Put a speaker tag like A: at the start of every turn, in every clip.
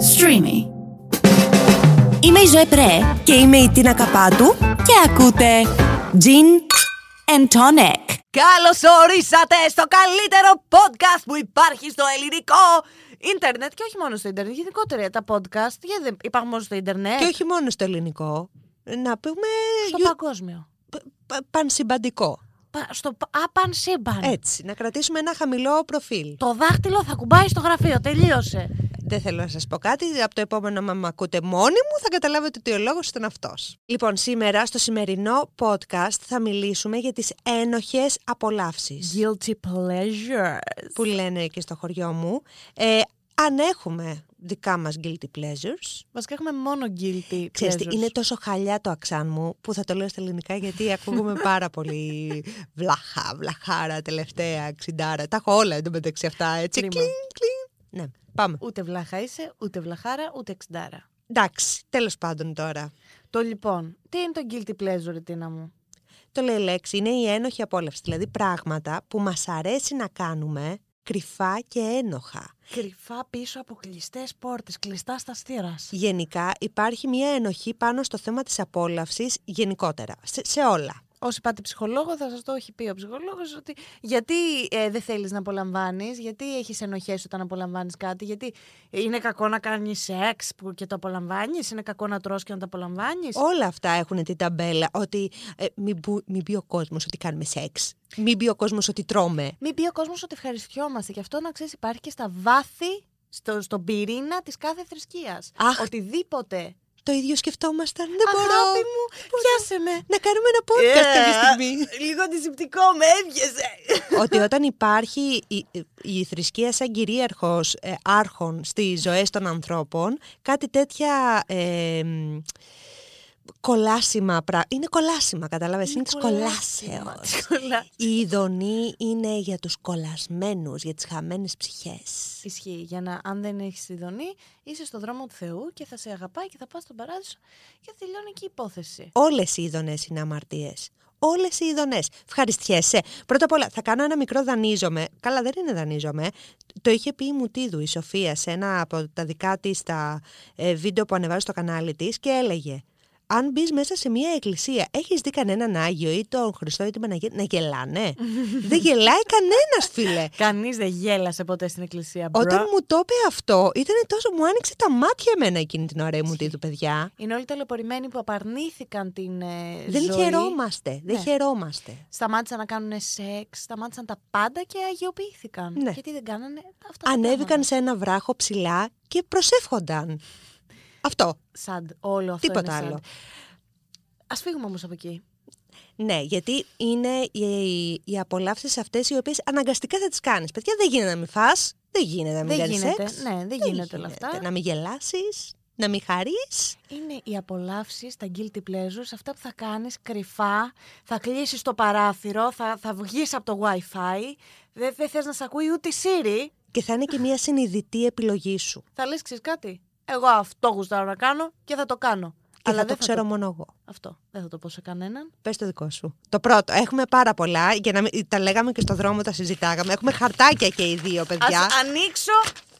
A: Streamy.
B: Είμαι η Ζωέ Πρέ
C: Και είμαι η Τίνα Καπάτου.
B: και ακούτε
C: Gin
B: and Tonic.
C: Καλώς ορίσατε στο καλύτερο podcast που υπάρχει στο ελληνικό
D: Ιντερνετ και όχι μόνο στο Ιντερνετ. Γενικότερα τα podcast. Γιατί δεν υπάρχουν μόνο στο Ιντερνετ.
C: Και όχι μόνο στο ελληνικό. Να πούμε
D: στο
C: γιου-
D: παγκόσμιο.
C: π- π- πανσυμπαντικό.
D: Πα- Στο πα- άπαν σύμπαν.
C: Έτσι, να κρατήσουμε ένα χαμηλό προφίλ.
D: Το δάχτυλο θα κουμπάει στο γραφείο. Τελείωσε.
C: Δεν θέλω να σας πω κάτι. Από το επόμενο, άμα με ακούτε μόνοι μου, θα καταλάβετε ότι ο λόγος ήταν αυτός. Λοιπόν, σήμερα στο σημερινό podcast θα μιλήσουμε για τις ένοχες απολαύσεις.
D: Guilty pleasures.
C: που λένε και στο χωριό μου. Ε, αν έχουμε δικά μας guilty pleasures.
D: Βασικά έχουμε μόνο guilty
C: Ξέρεις, τι,
D: pleasures.
C: είναι τόσο χαλιά το αξάν μου που θα το λέω στα ελληνικά γιατί ακούγομαι πάρα πολύ βλαχά, βλαχάρα, τελευταία, ξιντάρα. Τα έχω όλα εντωμεταξύ αυτά, έτσι.
D: Κρίμα.
C: Κλιν, κλιν. Ναι, πάμε.
D: Ούτε βλάχα είσαι, ούτε βλαχάρα, ούτε εξιντάρα.
C: Εντάξει, τέλος πάντων τώρα.
D: Το λοιπόν, τι είναι το guilty pleasure, Τίνα μου.
C: Το λέει η λέξη, είναι η ένοχη απόλαυση, δηλαδή πράγματα που μας αρέσει να κάνουμε κρυφά και ένοχα.
D: Κρυφά πίσω από κλειστές πόρτες, κλειστά στα στήρα.
C: Γενικά υπάρχει μια ενοχή πάνω στο θέμα της απόλαυσης γενικότερα, σε, σε όλα.
D: Όσοι πάτε ψυχολόγο, θα σας το έχει πει ο ψυχολόγος ότι γιατί ε, δεν θέλεις να απολαμβάνεις, γιατί έχεις ενοχές όταν απολαμβάνεις κάτι, γιατί είναι κακό να κάνεις σεξ που και το απολαμβάνεις, είναι κακό να τρως και να το απολαμβάνεις.
C: Όλα αυτά έχουν την ταμπέλα ότι ε, μην, μπου- μην πει ο κόσμος ότι κάνουμε σεξ, μην πει ο κόσμος ότι τρώμε.
D: Μην πει ο κόσμος ότι ευχαριστιόμαστε. Και αυτό να ξέρεις, υπάρχει και στα βάθη, στο, στον πυρήνα της κάθε θρησκείας.
C: Αχ.
D: Οτιδήποτε.
C: Το ίδιο σκεφτόμασταν, δεν μπορώ
D: Αγάπη μου, πιάσε με.
C: να κάνουμε ένα podcast κάποια
D: Ε,
C: στιγμή.
D: Λίγο αντισηπτικό, με έβγαιζε.
C: ότι όταν υπάρχει η, η θρησκεία σαν κυρίαρχος ε, άρχον στις ζωές των ανθρώπων, κάτι τέτοια ε, μ, κολάσιμα πράγματα. Είναι κολάσιμα, κατάλαβες, είναι, της κολάσεως. Η ειδονή είναι για τους κολλασμένους, για τις χαμένες ψυχές.
D: Ισχύει. Για να, αν δεν έχεις ειδονή, είσαι στο δρόμο του Θεού και θα σε αγαπάει και θα πας στον παράδεισο και θα τελειώνει και η υπόθεση.
C: Όλες οι ειδονές είναι αμαρτίες. Όλες οι ειδονές. Ευχαριστιέσαι. Πρώτα απ' όλα θα κάνω ένα μικρό δανείζομαι. Καλά δεν είναι δανείζομαι. Το είχε πει η Μουτίδου η Σοφία σε ένα από τα δικά της τα ε, βίντεο που ανεβάζει στο κανάλι της και έλεγε αν μπεις μέσα σε μια εκκλησία, έχεις δει κανέναν Άγιο ή τον Χριστό ή την Παναγία να γελάνε. δεν γελάει κανένας φίλε.
D: Κανείς δεν γέλασε ποτέ στην εκκλησία, μπρο.
C: Όταν μου το είπε αυτό, ήταν τόσο. μου άνοιξε τα μάτια εμένα εκείνη την ώρα μου του παιδιά.
D: Είναι όλοι τελεπορημένοι που απαρνήθηκαν την ε,
C: Δεν
D: ζωή.
C: χαιρόμαστε. Δεν
D: Ναι.
C: χαιρόμαστε.
D: Σταμάτησαν να κάνουν σεξ, σταμάτησαν τα πάντα και αγιοποιήθηκαν.
C: Ναι.
D: Γιατί δεν κάνανε αυτά τα
C: Ανέβηκαν σε ένα βράχο ψηλά και προσεύχονταν. Αυτό.
D: Σαντ, όλο αυτό
C: Τίποτα
D: είναι
C: άλλο.
D: Ας φύγουμε όμως από εκεί.
C: Ναι, γιατί είναι οι, οι απολαύσεις αυτές οι οποίες αναγκαστικά θα τις κάνεις. Παιδιά, δεν γίνεται να μην φας, δεν γίνεται να μην
D: Δεν
C: κάνεις
D: γίνεται,
C: Ε, σεξ.
D: ναι, δεν γίνεται όλα αυτά.
C: Να μην γελάσεις, να μην χαρείς.
D: Είναι οι απολαύσεις, τα guilty pleasures, αυτά που θα κάνεις κρυφά, θα κλείσεις το παράθυρο, θα, θα βγεις από το WiFi, δεν δεν θες να σε ακούει ούτε η Siri.
C: Και θα είναι και μια συνειδητή επιλογή σου.
D: Θα λες, ξέρεις κάτι. Εγώ αυτό γουστάρω να κάνω και θα το κάνω.
C: Και Αλλά θα το
D: δεν
C: ξέρω μόνο εγώ.
D: Αυτό. Δεν θα το πω σε κανέναν.
C: Πες το δικό σου. Το πρώτο. Έχουμε πάρα πολλά. Για να μην... Τα λέγαμε και στο δρόμο, τα συζητάγαμε. Έχουμε χαρτάκια και οι δύο, παιδιά.
D: Ας ανοίξω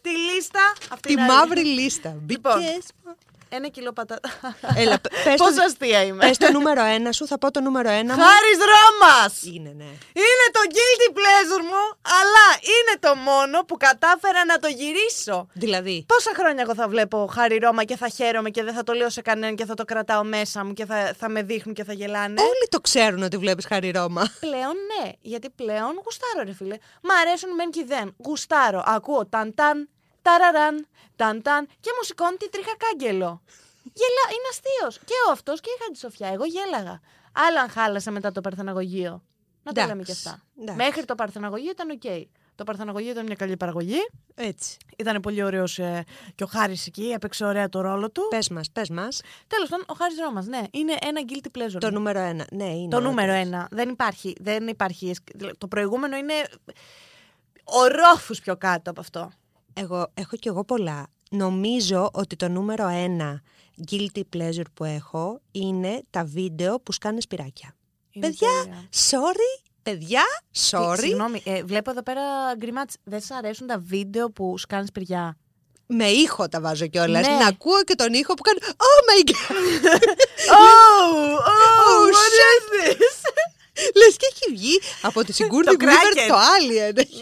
D: τη λίστα. Αυτή
C: Τη
D: είναι άλλη.
C: μαύρη λίστα.
D: Λοιπόν.
C: Μπήκες.
D: Ένα κιλό πατάτα.
C: Έλα, π- πες
D: Πόσο
C: το-
D: αστεία είμαι.
C: Πες το νούμερο ένα σου, θα πω το νούμερο ένα μου.
D: Χάρη Ρώμα!
C: Είναι, ναι.
D: Είναι το guilty pleasure μου, αλλά είναι το μόνο που κατάφερα να το γυρίσω.
C: Δηλαδή.
D: Πόσα χρόνια εγώ θα βλέπω Χάρη Ρώμα και θα χαίρομαι και δεν θα το λέω σε κανέναν και θα το κρατάω μέσα μου και θα, θα με δείχνουν και θα γελάνε.
C: Όλοι το ξέρουν ότι βλέπεις Χάρη Ρώμα.
D: Πλέον ναι, γιατί πλέον γουστάρω ρε φίλε. Μ' αρέσουν μεν και δεν. Γουστάρω. Ακούω ταν ταν, ταραραν, ταν ταν και μου σηκώνει τη τρίχα κάγκελο. Γελά, είναι αστείος. Και ο αυτός και η Χάντη Σοφιά. Εγώ γέλαγα. Άλλα αν χάλασε μετά το Παρθεναγωγείο. Να τα
C: Εντάξει,
D: λέμε και αυτά.
C: εντάξει.
D: Μέχρι το Παρθεναγωγείο ήταν οκ. Το Παρθεναγωγείο ήταν μια καλή παραγωγή.
C: Έτσι.
D: Ήταν πολύ ωραίος ε, και ο Χάρης εκεί. Έπαιξε ωραία το ρόλο του.
C: Πες μας, πες μας.
D: Τέλος πάντων, ο Χάρης Ρώμα, ναι, είναι ένα guilty pleasure.
C: Το
D: μου.
C: νούμερο ένα. Ναι, είναι.
D: Το νούμερο
C: όντως.
D: ένα. Δεν υπάρχει. Δεν υπάρχει. Το προηγούμενο είναι ορόφους πιο κάτω από αυτό.
C: Εγώ έχω κι εγώ πολλά. Νομίζω ότι το νούμερο ένα guilty pleasure που έχω είναι τα βίντεο που σκάνε σπυράκια.
D: Είναι
C: παιδιά,
D: τέλεια.
C: sorry, παιδιά,
D: Τι,
C: sorry.
D: Συγγνώμη, ε, βλέπω εδώ πέρα γκριμάτς. Δεν σα αρέσουν τα βίντεο που σκάνει παιδιά.
C: με ήχο τα βάζω κιόλας.
D: Ναι.
C: Να ακούω και τον ήχο που κάνει. Oh my god!
D: Oh, oh,
C: Oh,
D: what is this?
C: Λες και έχει βγει από τη
D: Το
C: Σιγκούρντι Γκρίβερ
D: Kraken.
C: το Alien. Έχει-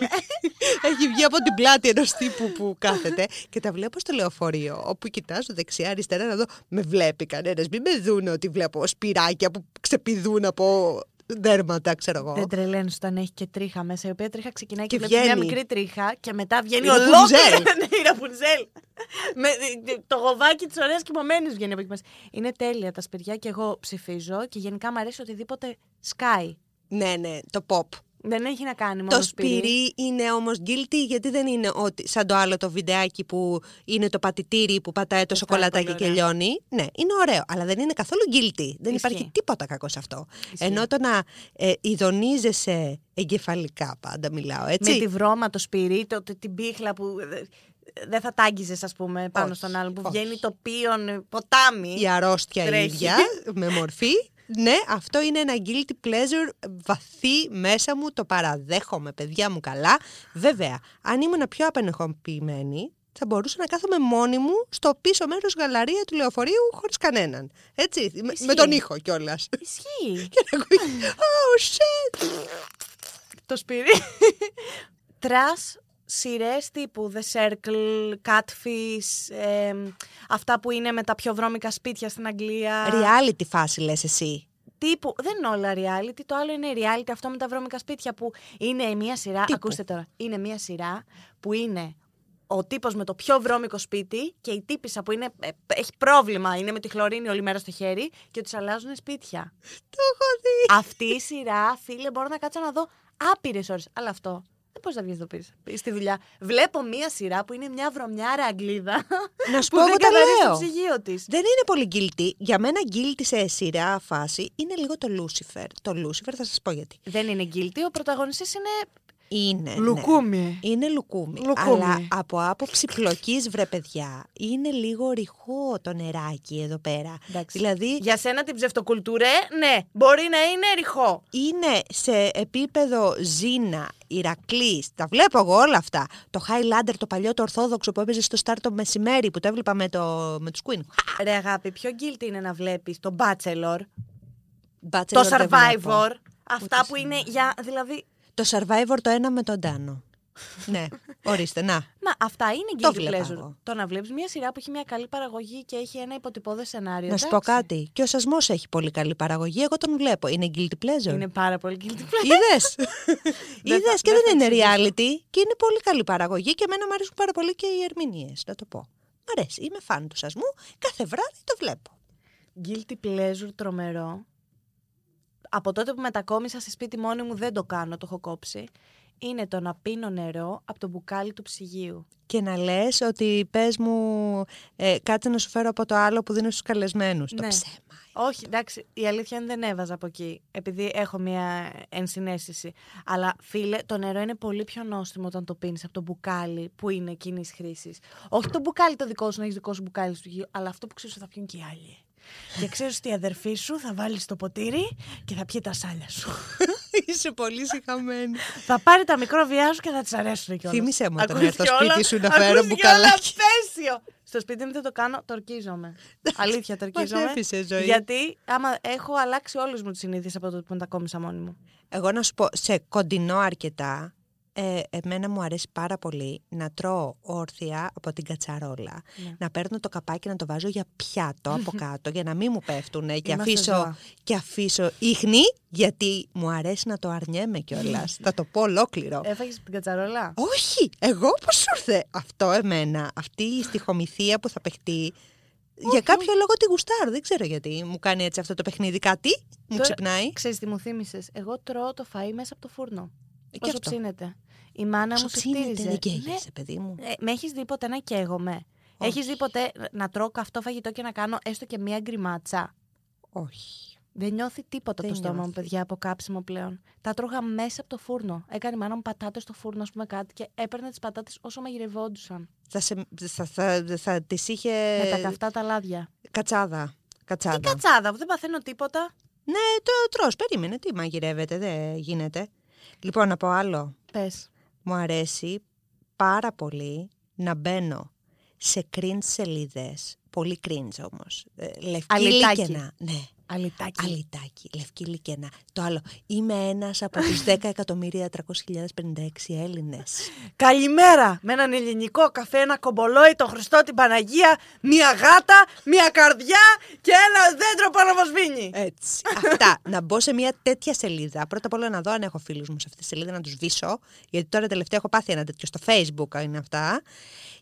C: έχει βγει από την πλάτη ενός τύπου που κάθεται και τα βλέπω στο λεωφορείο. Όπου κοιτάζω δεξιά-αριστερά να δω. Με βλέπει κανένας. Μην με δούνε ότι βλέπω σπυράκια που ξεπηδούν από δέρματα, ξέρω εγώ.
D: Δεν τρελαίνει όταν έχει και τρίχα μέσα. Η οποία τρίχα ξεκινάει
C: Και
D: και, βλέπεις μια
C: βγαίνει.
D: μικρή τρίχα και μετά βγαίνει
C: Η
D: ολόκληρη.
C: Ραπουνζέλ.
D: Ναι, η Ραπουνζέλ. Με, ε, το γοβάκι της ωραίας κοιμωμένη βγαίνει από εκεί μέσα. Είναι τέλεια τα σπιτιά και εγώ ψηφίζω και γενικά μου αρέσει οτιδήποτε σκάει.
C: Ναι, ναι, το pop.
D: Δεν έχει να κάνει μόνο
C: Το σπυρί είναι όμως guilty γιατί δεν είναι ότι, σαν το άλλο το βιντεάκι που είναι το πατητήρι που πατάει το
D: Αυτό
C: σοκολατάκι
D: είναι
C: και
D: πολύ
C: λιώνει. Ναι, είναι ωραίο, αλλά δεν είναι καθόλου guilty. Δεν υπάρχει τίποτα κακό σε αυτό. Ενώ το να ε, ειδονίζεσαι εγκεφαλικά πάντα μιλάω, έτσι.
D: Με τη βρώμα, το σπυρί, το, το- την πύχλα που ε, δεν θα τάγγιζε, ας πούμε, πάνω
C: Όχι,
D: στον άλλον. Που
C: όχι.
D: βγαίνει το πίον ε, ποτάμι.
C: Η αρρώστια η
D: Τρέχει.
C: ίδια, με μορφή. Ναι, αυτό είναι ένα guilty pleasure βαθύ μέσα μου, το παραδέχομαι, παιδιά μου καλά. Βέβαια, αν ήμουν πιο απενεχοποιημένη, θα μπορούσα να κάθομαι μόνη μου στο πίσω μέρος γαλαρία του λεωφορείου χωρίς κανέναν. Έτσι, με,
D: Ισχύει.
C: με τον ήχο κιόλας.
D: Ισχύει.
C: Και να ακούει, oh shit,
D: το σπυρί. Τρας σειρές τύπου The Circle, Catfish, εμ, αυτά που είναι με τα πιο βρώμικα σπίτια στην Αγγλία.
C: reality φάση λες εσύ.
D: Τύπου, δεν είναι όλα reality, το άλλο είναι reality, αυτό με τα βρώμικα σπίτια που είναι μια σειρά,
C: Τύπου.
D: ακούστε τώρα, είναι μια σειρά που είναι ο τύπος με το πιο βρώμικο σπίτι και η τύπησα που είναι, ε, έχει πρόβλημα, είναι με τη χλωρίνη όλη μέρα στο χέρι και τους αλλάζουν σπίτια.
C: Το έχω δει.
D: Αυτή η σειρά, φίλε, μπορώ να κάτσω να δω άπειρες ώρες. Αλλά αυτό ε, δεν μπορεί να βγει το πεις στη δουλειά. Βλέπω μία σειρά που είναι μια βρωμιάρα Αγγλίδα.
C: Να σου
D: που
C: πω,
D: δεν
C: εγώ τα
D: καθαρίζει το
C: λέω.
D: ψυγείο της.
C: Δεν είναι πολύ guilty. Για μένα guilty σε σειρά φάση είναι λίγο το Lucifer. Το Lucifer θα σας πω γιατί.
D: Δεν είναι guilty, ο πρωταγωνιστής είναι.
C: Είναι.
D: Ε,
C: ναι.
D: Λουκούμι.
C: Είναι λουκούμι.
D: Λουκούμι.
C: Αλλά από άποψη πλοκής, βρε παιδιά, είναι λίγο ρηχό το νεράκι εδώ πέρα.
D: Εντάξει.
C: Δηλαδή,
D: Ε, Για σένα την ψευτοκουλτούρε, ναι, μπορεί να είναι ρηχό.
C: είναι σε επίπεδο Ζήνα, Ηρακλής, τα βλέπω εγώ όλα αυτά. Το Highlander, το παλιό, το Ορθόδοξο που έπαιζε στο Στάρ το μεσημέρι που το έβλεπα με, το, με τους Queen.
D: Ρε αγάπη, πιο guilty είναι να βλέπεις τον Bachelor,
C: Bachelor
D: το
C: δεν βλέπω.
D: Survivor, αυτά που είναι για. Δηλαδή.
C: Το Survivor το ένα με τον Τάνο. ναι, ορίστε, να.
D: Μα αυτά είναι
C: Το
D: guilty
C: βλέπα
D: pleasure.
C: εγώ.
D: Το να βλέπεις μια σειρά που έχει μια καλή παραγωγή και έχει ένα υποτυπώδες σενάριο.
C: Να σου πω
D: εντάξει.
C: κάτι. Και ο Σασμός έχει πολύ καλή παραγωγή. Εγώ τον βλέπω. Είναι guilty pleasure.
D: Είναι πάρα πολύ guilty pleasure.
C: Είδες.
D: Δεν
C: Είδε
D: θα-
C: και
D: δεν
C: δεν
D: θα
C: είναι
D: εξηγήσω.
C: reality. Και είναι πολύ καλή παραγωγή και εμένα μου αρέσουν πάρα πολύ και οι ερμηνείες, να το πω. Μ' αρέσει. Είμαι φαν του σασμού. Κάθε βράδυ το βλέπω.
D: Guilty pleasure τρομερό. Από τότε που μετακόμισα σε σπίτι μόνη μου δεν το κάνω, το έχω κόψει. Είναι το να πίνω νερό από το μπουκάλι του ψυγείου.
C: Και να λες ότι πες μου, ε, κάτσε να σου φέρω από το άλλο που δίνω στους καλεσμένους. Το
D: Ναι.
C: ψέμα.
D: Όχι, εντάξει, η αλήθεια είναι δεν έβαζα από εκεί, επειδή έχω μια ενσυναίσθηση. Αλλά φίλε, το νερό είναι πολύ πιο νόστιμο όταν το πίνεις από το μπουκάλι που είναι κοινής χρήσης. Όχι το μπουκάλι το δικό σου, να έχεις δικό σου μπουκάλι στο γιο, αλλά αυτό που ξέρεις ότι θα πιούν και οι άλλοι. Και ξέρεις ότι η αδερφή σου θα βάλει στο ποτήρι και θα πιει τα σάλια σου.
C: Είσαι πολύ συχαμένη.
D: Θα πάρει τα μικρόβιά σου και θα τη αρέσουν κιόλας.
C: Θύμησέ μου όταν έρθω σπίτι σου να φέρω μπουκαλάκι.
D: Πέσιο. Στο σπίτι μου δεν το κάνω, τορκίζομαι. Αλήθεια, τορκίζομαι.
C: έφυσε ζωή.
D: Γιατί άμα έχω αλλάξει όλους μου του συνήθειες από το που μετακόμισα μόνη μου.
C: Εγώ να σου πω, σε κοντινό αρκετά, ε, εμένα μου αρέσει πάρα πολύ να τρώω όρθια από την κατσαρόλα.
D: Ναι.
C: Να παίρνω το καπάκι να το βάζω για πιάτο από κάτω για να μην μου πέφτουν και
D: Είμαστε
C: αφήσω,
D: ζώα.
C: και αφήσω ίχνη γιατί μου αρέσει να το αρνιέμαι κιόλας. Θα το πω ολόκληρο.
D: Έφαγες την κατσαρόλα.
C: Όχι, εγώ πώς ήρθε αυτό εμένα, αυτή η στοιχομηθεία που θα παιχτεί. Για κάποιο λόγο τη γουστάρω, δεν ξέρω γιατί. Μου κάνει έτσι αυτό το παιχνίδι κάτι, μου
D: Τώρα,
C: ξυπνάει.
D: Ξέρεις τι μου θύμισες. Εγώ τρώω το φαΐ μέσα από το φούρνο.
C: Ε, Και
D: όσο
C: αυτό.
D: ψήνεται. Η μάνα μου
C: Σου ψήνεται,
D: συστήριζε.
C: δεν
D: Ναι,
C: καίγεσαι, παιδί μου.
D: Ε, με έχεις δει ποτέ να καίγομαι. Έχεις δει ποτέ να τρώω καυτό φαγητό και να κάνω έστω και μία γκριμάτσα.
C: Όχι.
D: Δεν νιώθει τίποτα
C: Δεν
D: το στόμα μου,
C: νιώθει.
D: παιδιά, από κάψιμο πλέον. Τα τρώγα μέσα από το φούρνο. Έκανε η μάνα μου πατάτες στο φούρνο, ας πούμε κάτι, και έπαιρνε τις πατάτες όσο μαγειρευόντουσαν.
C: Θα, σε, θα, θα, θα τις είχε
D: με τα καυτά τα λάδια.
C: κατσάδα. Κατσάδα.
D: Τι κατσάδα, που δεν παθαίνω τίποτα.
C: Ναι, το τρως, περίμενε, τι μαγειρεύεται, δεν γίνεται. Λοιπόν, από άλλο,
D: Πες.
C: μου αρέσει πάρα πολύ να μπαίνω σε cringe σελίδες, πολύ cringe όμως, ε, λευκή
D: Αλυτάκι.
C: λίκενα. Ναι.
D: Αλυτάκι.
C: Αλυτάκι, λευκή λικένα. Το άλλο, είμαι ένας από τους 10.300.056 Έλληνες.
D: Καλημέρα! Με έναν ελληνικό καφέ, ένα κομπολόι, τον Χριστό, την Παναγία, μία γάτα, μία καρδιά και ένα δέντρο πάνω από σβήνι.
C: Έτσι. Αυτά. να μπω σε μια τέτοια σελίδα. Πρώτα απ' όλα να δω αν έχω φίλους μου σε αυτή τη σελίδα, να τους βίσω. Γιατί τώρα τελευταία έχω πάθει ένα τέτοιο στο Facebook είναι αυτά.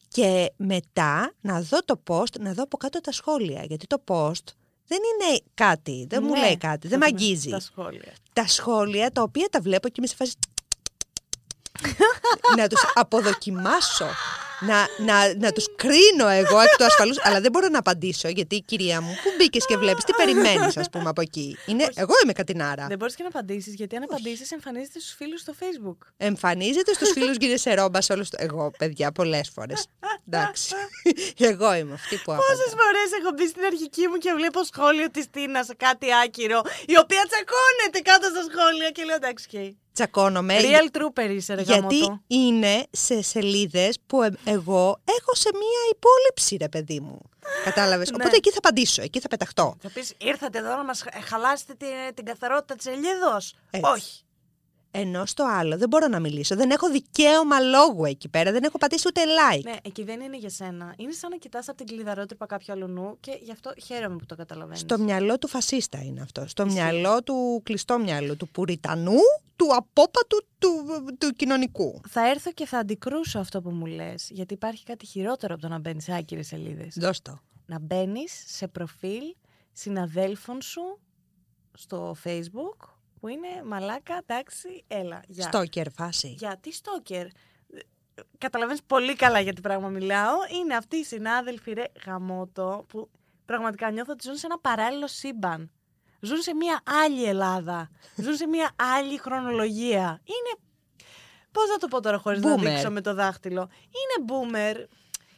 C: Και μετά να δω το post, να δω από κάτω τα σχόλια. Γιατί το post δεν είναι κάτι, δεν μου
D: Ναι.
C: λέει κάτι, δεν με
D: Θα δούμε
C: αγγίζει.
D: Τα σχόλια.
C: τα σχόλια τα οποία τα βλέπω και είμαι σε φάση να τους αποδοκιμάσω να, να, να τους κρίνω εγώ εκ του ασφαλούς αλλά δεν μπορώ να απαντήσω γιατί κυρία μου που μπήκες και βλέπεις τι περιμένεις ας πούμε από εκεί είναι, εγώ είμαι κατινάρα
D: Δεν μπορείς και να απαντήσεις, γιατί αν απαντήσεις, εμφανίζεται στους φίλους στο Facebook.
C: εμφανίζεται στους φίλους γίνεσαι ρόμπα σε όλους το- εγώ παιδιά πολλές φορές εντάξει εγώ είμαι αυτή που
D: Πόσε
C: άπαντα
D: φορές έχω μπει στην αρχική μου και βλέπω σχόλιο της Τίνας σε κάτι άκυρο, η οποία τσακώνεται κάτω στα σχόλια και λέω εντάξει, okay.
C: τσακώνομαι
D: Real trooper είσαι, ρε
C: γιατί
D: γαμώτο.
C: είναι σε σελίδες που ε- εγώ έχω σε μία υπόλοιψη ρε παιδί μου κατάλαβες
D: ναι.
C: οπότε εκεί θα απαντήσω εκεί θα πεταχτώ
D: Θα πεις, ήρθατε εδώ να μας χαλάσετε την, την καθαρότητα της σελίδα.
C: Έτσι.
D: Όχι.
C: Ενώ στο άλλο δεν μπορώ να μιλήσω. Δεν έχω δικαίωμα λόγου εκεί πέρα. Δεν έχω πατήσει ούτε like.
D: Ναι, εκεί δεν είναι για σένα. Είναι σαν να κοιτάς από την κλειδαρότυπα κάποιου άλλου νου και γι' αυτό χαίρομαι που το καταλαβαίνεις.
C: Στο μυαλό του φασίστα είναι αυτό. Στο
D: ναι. Ισχύει.
C: μυαλό του κλειστό μυαλό του πουριτανού, του απόπατου, του, του κοινωνικού.
D: Θα έρθω και θα αντικρούσω αυτό που μου λες, γιατί υπάρχει κάτι χειρότερο από το να μπαίνεις σε άκυρες σελίδες.
C: Δώσ' το.
D: να μπαίνεις σε προφίλ συναδέλφων σου στο facebook που είναι μαλάκα, εντάξει, έλα. Για,
C: Στόκερ φάση.
D: Γιατί στόκερ. Καταλαβαίνεις πολύ καλά για τι πράγμα μιλάω. Είναι αυτοί οι συνάδελφοι, ρε γαμότο, που πραγματικά νιώθω ότι ζουν σε ένα παράλληλο σύμπαν. Ζουν σε μια άλλη Ελλάδα. Ζουν σε μια άλλη χρονολογία. Είναι. Πώς να το πω τώρα χωρίς να
C: Boomer.
D: δείξω με το δάχτυλο. Είναι boomer.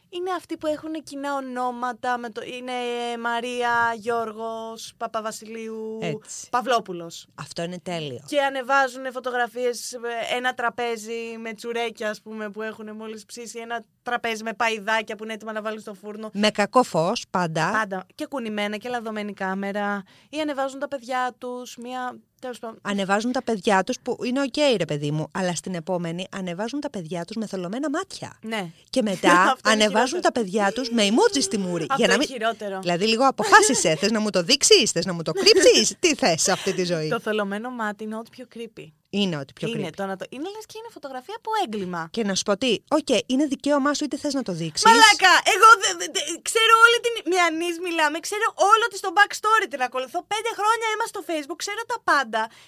D: Είναι αυτοί που έχουν κοινά ονόματα. Με το... Είναι Μαρία, Γιώργος, Παπαβασιλείου,
C: Έτσι.
D: Παυλόπουλος.
C: Αυτό είναι τέλειο.
D: Και ανεβάζουν φωτογραφίε ένα τραπέζι με τσουρέκια, ας πούμε, που έχουν μόλις ψήσει. Ένα τραπέζι με παϊδάκια που είναι έτοιμα να βάλουν στο φούρνο.
C: Με κακό φως πάντα.
D: Πάντα. Και κουνημένα και λαδωμένη κάμερα. Ή ανεβάζουν τα παιδιά τους. Μία. Τέλος πάντων.
C: Ανεβάζουν τα παιδιά τους που είναι οκ, ρε παιδί μου, αλλά στην επόμενη ανεβάζουν τα παιδιά τους με θολωμένα μάτια.
D: Ναι.
C: Και μετά
D: Αυτό είναι
C: ανεβάζουν
D: χειρότερο.
C: τα παιδιά τους με emoji στη μούρη.
D: Αυτό είναι χειρότερο.
C: Δηλαδή, λίγο αποφάσισε. Θες να μου το δείξεις, θες να μου το κρύψεις. Τι θες σε αυτή τη ζωή.
D: Το θολωμένο μάτι είναι ό,τι πιο creepy.
C: είναι ότι πιο
D: είναι
C: κρύβει.
D: το να το. Είναι λες και είναι φωτογραφία από έγκλημα.
C: Και να σου πω τι, οκ, είναι δικαίωμά σου, είτε θες να το δείξεις.
D: Μαλάκα! Εγώ δε, δε- δε- ξέρω όλη την. Μιανής μιλάμε, ξέρω όλο της στο backstory την ακολουθώ. Πέντε χρόνια είμαστε στο Facebook, ξέρω τα πάντα.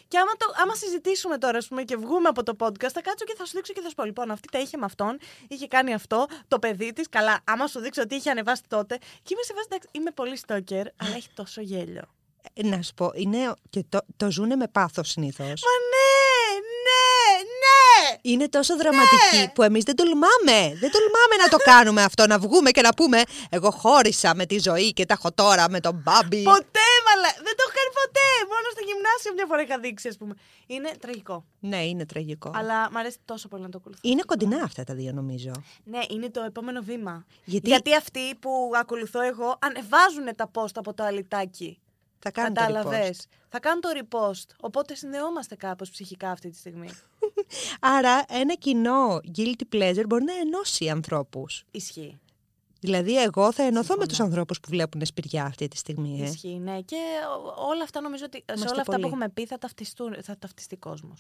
D: Και άμα, το, άμα συζητήσουμε τώρα, ας πούμε, και βγούμε από το podcast, θα κάτσω και θα σου δείξω και θα σου πω. Λοιπόν, αυτή τα είχε με αυτόν, είχε κάνει αυτό, το παιδί της. Καλά, άμα σου δείξω ότι είχε ανεβάσει τότε. Και είμαι σε βάση, εντάξει, είμαι πολύ στόκερ, αλλά έχει τόσο γέλιο.
C: Ε, Να σου πω, είναι και το, το ζούνε με πάθος συνήθως.
D: Μα ναι, ναι, ναι!
C: Είναι τόσο δραματική που εμείς δεν τολμάμε. Δεν τολμάμε να το κάνουμε αυτό, να βγούμε και να πούμε Εγώ χώρισα με τη ζωή και τα έχω τώρα με τον Μπάμπι.
D: Ε. Ποτέ, μαλα... Δεν το έχω κάνει ποτέ! Μόνο στο γυμνάσιο μια φορά είχα δείξει, ας πούμε. Είναι τραγικό.
C: Ναι, είναι τραγικό.
D: Αλλά μου αρέσει τόσο πολύ να το ακολουθώ.
C: Είναι κοντινά αυτά τα δύο, νομίζω.
D: Ναι, είναι το επόμενο βήμα.
C: Γιατί-
D: Γιατί, αυτοί που ακολουθώ εγώ ανεβάζουν τα post από το αλυτάκι.
C: Θα κάνουν το
D: Κατάλαβες.
C: repost.
D: Θα κάνουν το repost. Οπότε συνδεόμαστε κάπως ψυχικά αυτή τη στιγμή.
C: Άρα ένα κοινό guilty pleasure μπορεί να ενώσει ανθρώπους.
D: Ισχύει.
C: Δηλαδή εγώ θα ενωθώ με
D: Συμφωνώ.
C: τους ανθρώπους που βλέπουν σπηριά αυτή τη στιγμή. Ε.
D: Ισχύει, ναι. Και ό- όλα αυτά νομίζω ότι σε
C: Είμαστε
D: όλα αυτά
C: πολλοί.
D: που έχουμε πει θα, ταυτιστούν, θα ταυτιστεί κόσμος.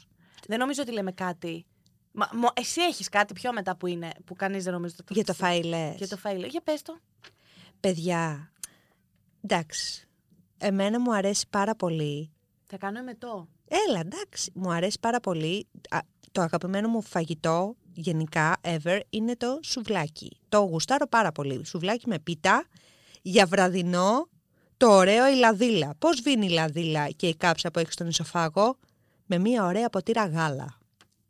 D: Δεν νομίζω ότι λέμε κάτι. Μα, μο- εσύ έχεις κάτι πιο μετά που είναι, που κανείς δεν νομίζω ότι θα
C: Για το
D: ταυτιστεί.
C: φαΐλες.
D: Για το φάιλ. Για πες το.
C: Παιδιά, εντάξει. Εμένα μου αρέσει πάρα πολύ.
D: Θα κάνω εμετό.
C: Έλα, εντάξει. Μου αρέσει πάρα πολύ. Α, το αγαπημένο μου φαγητό γενικά ever είναι το σουβλάκι. Το γουστάρω πάρα πολύ. Σουβλάκι με πίτα για βραδινό το ωραίο η λαδίλα. Πώς βίνει η λαδίλα και η κάψα που έχει στον ισοφάγο με μια ωραία ποτήρα γάλα.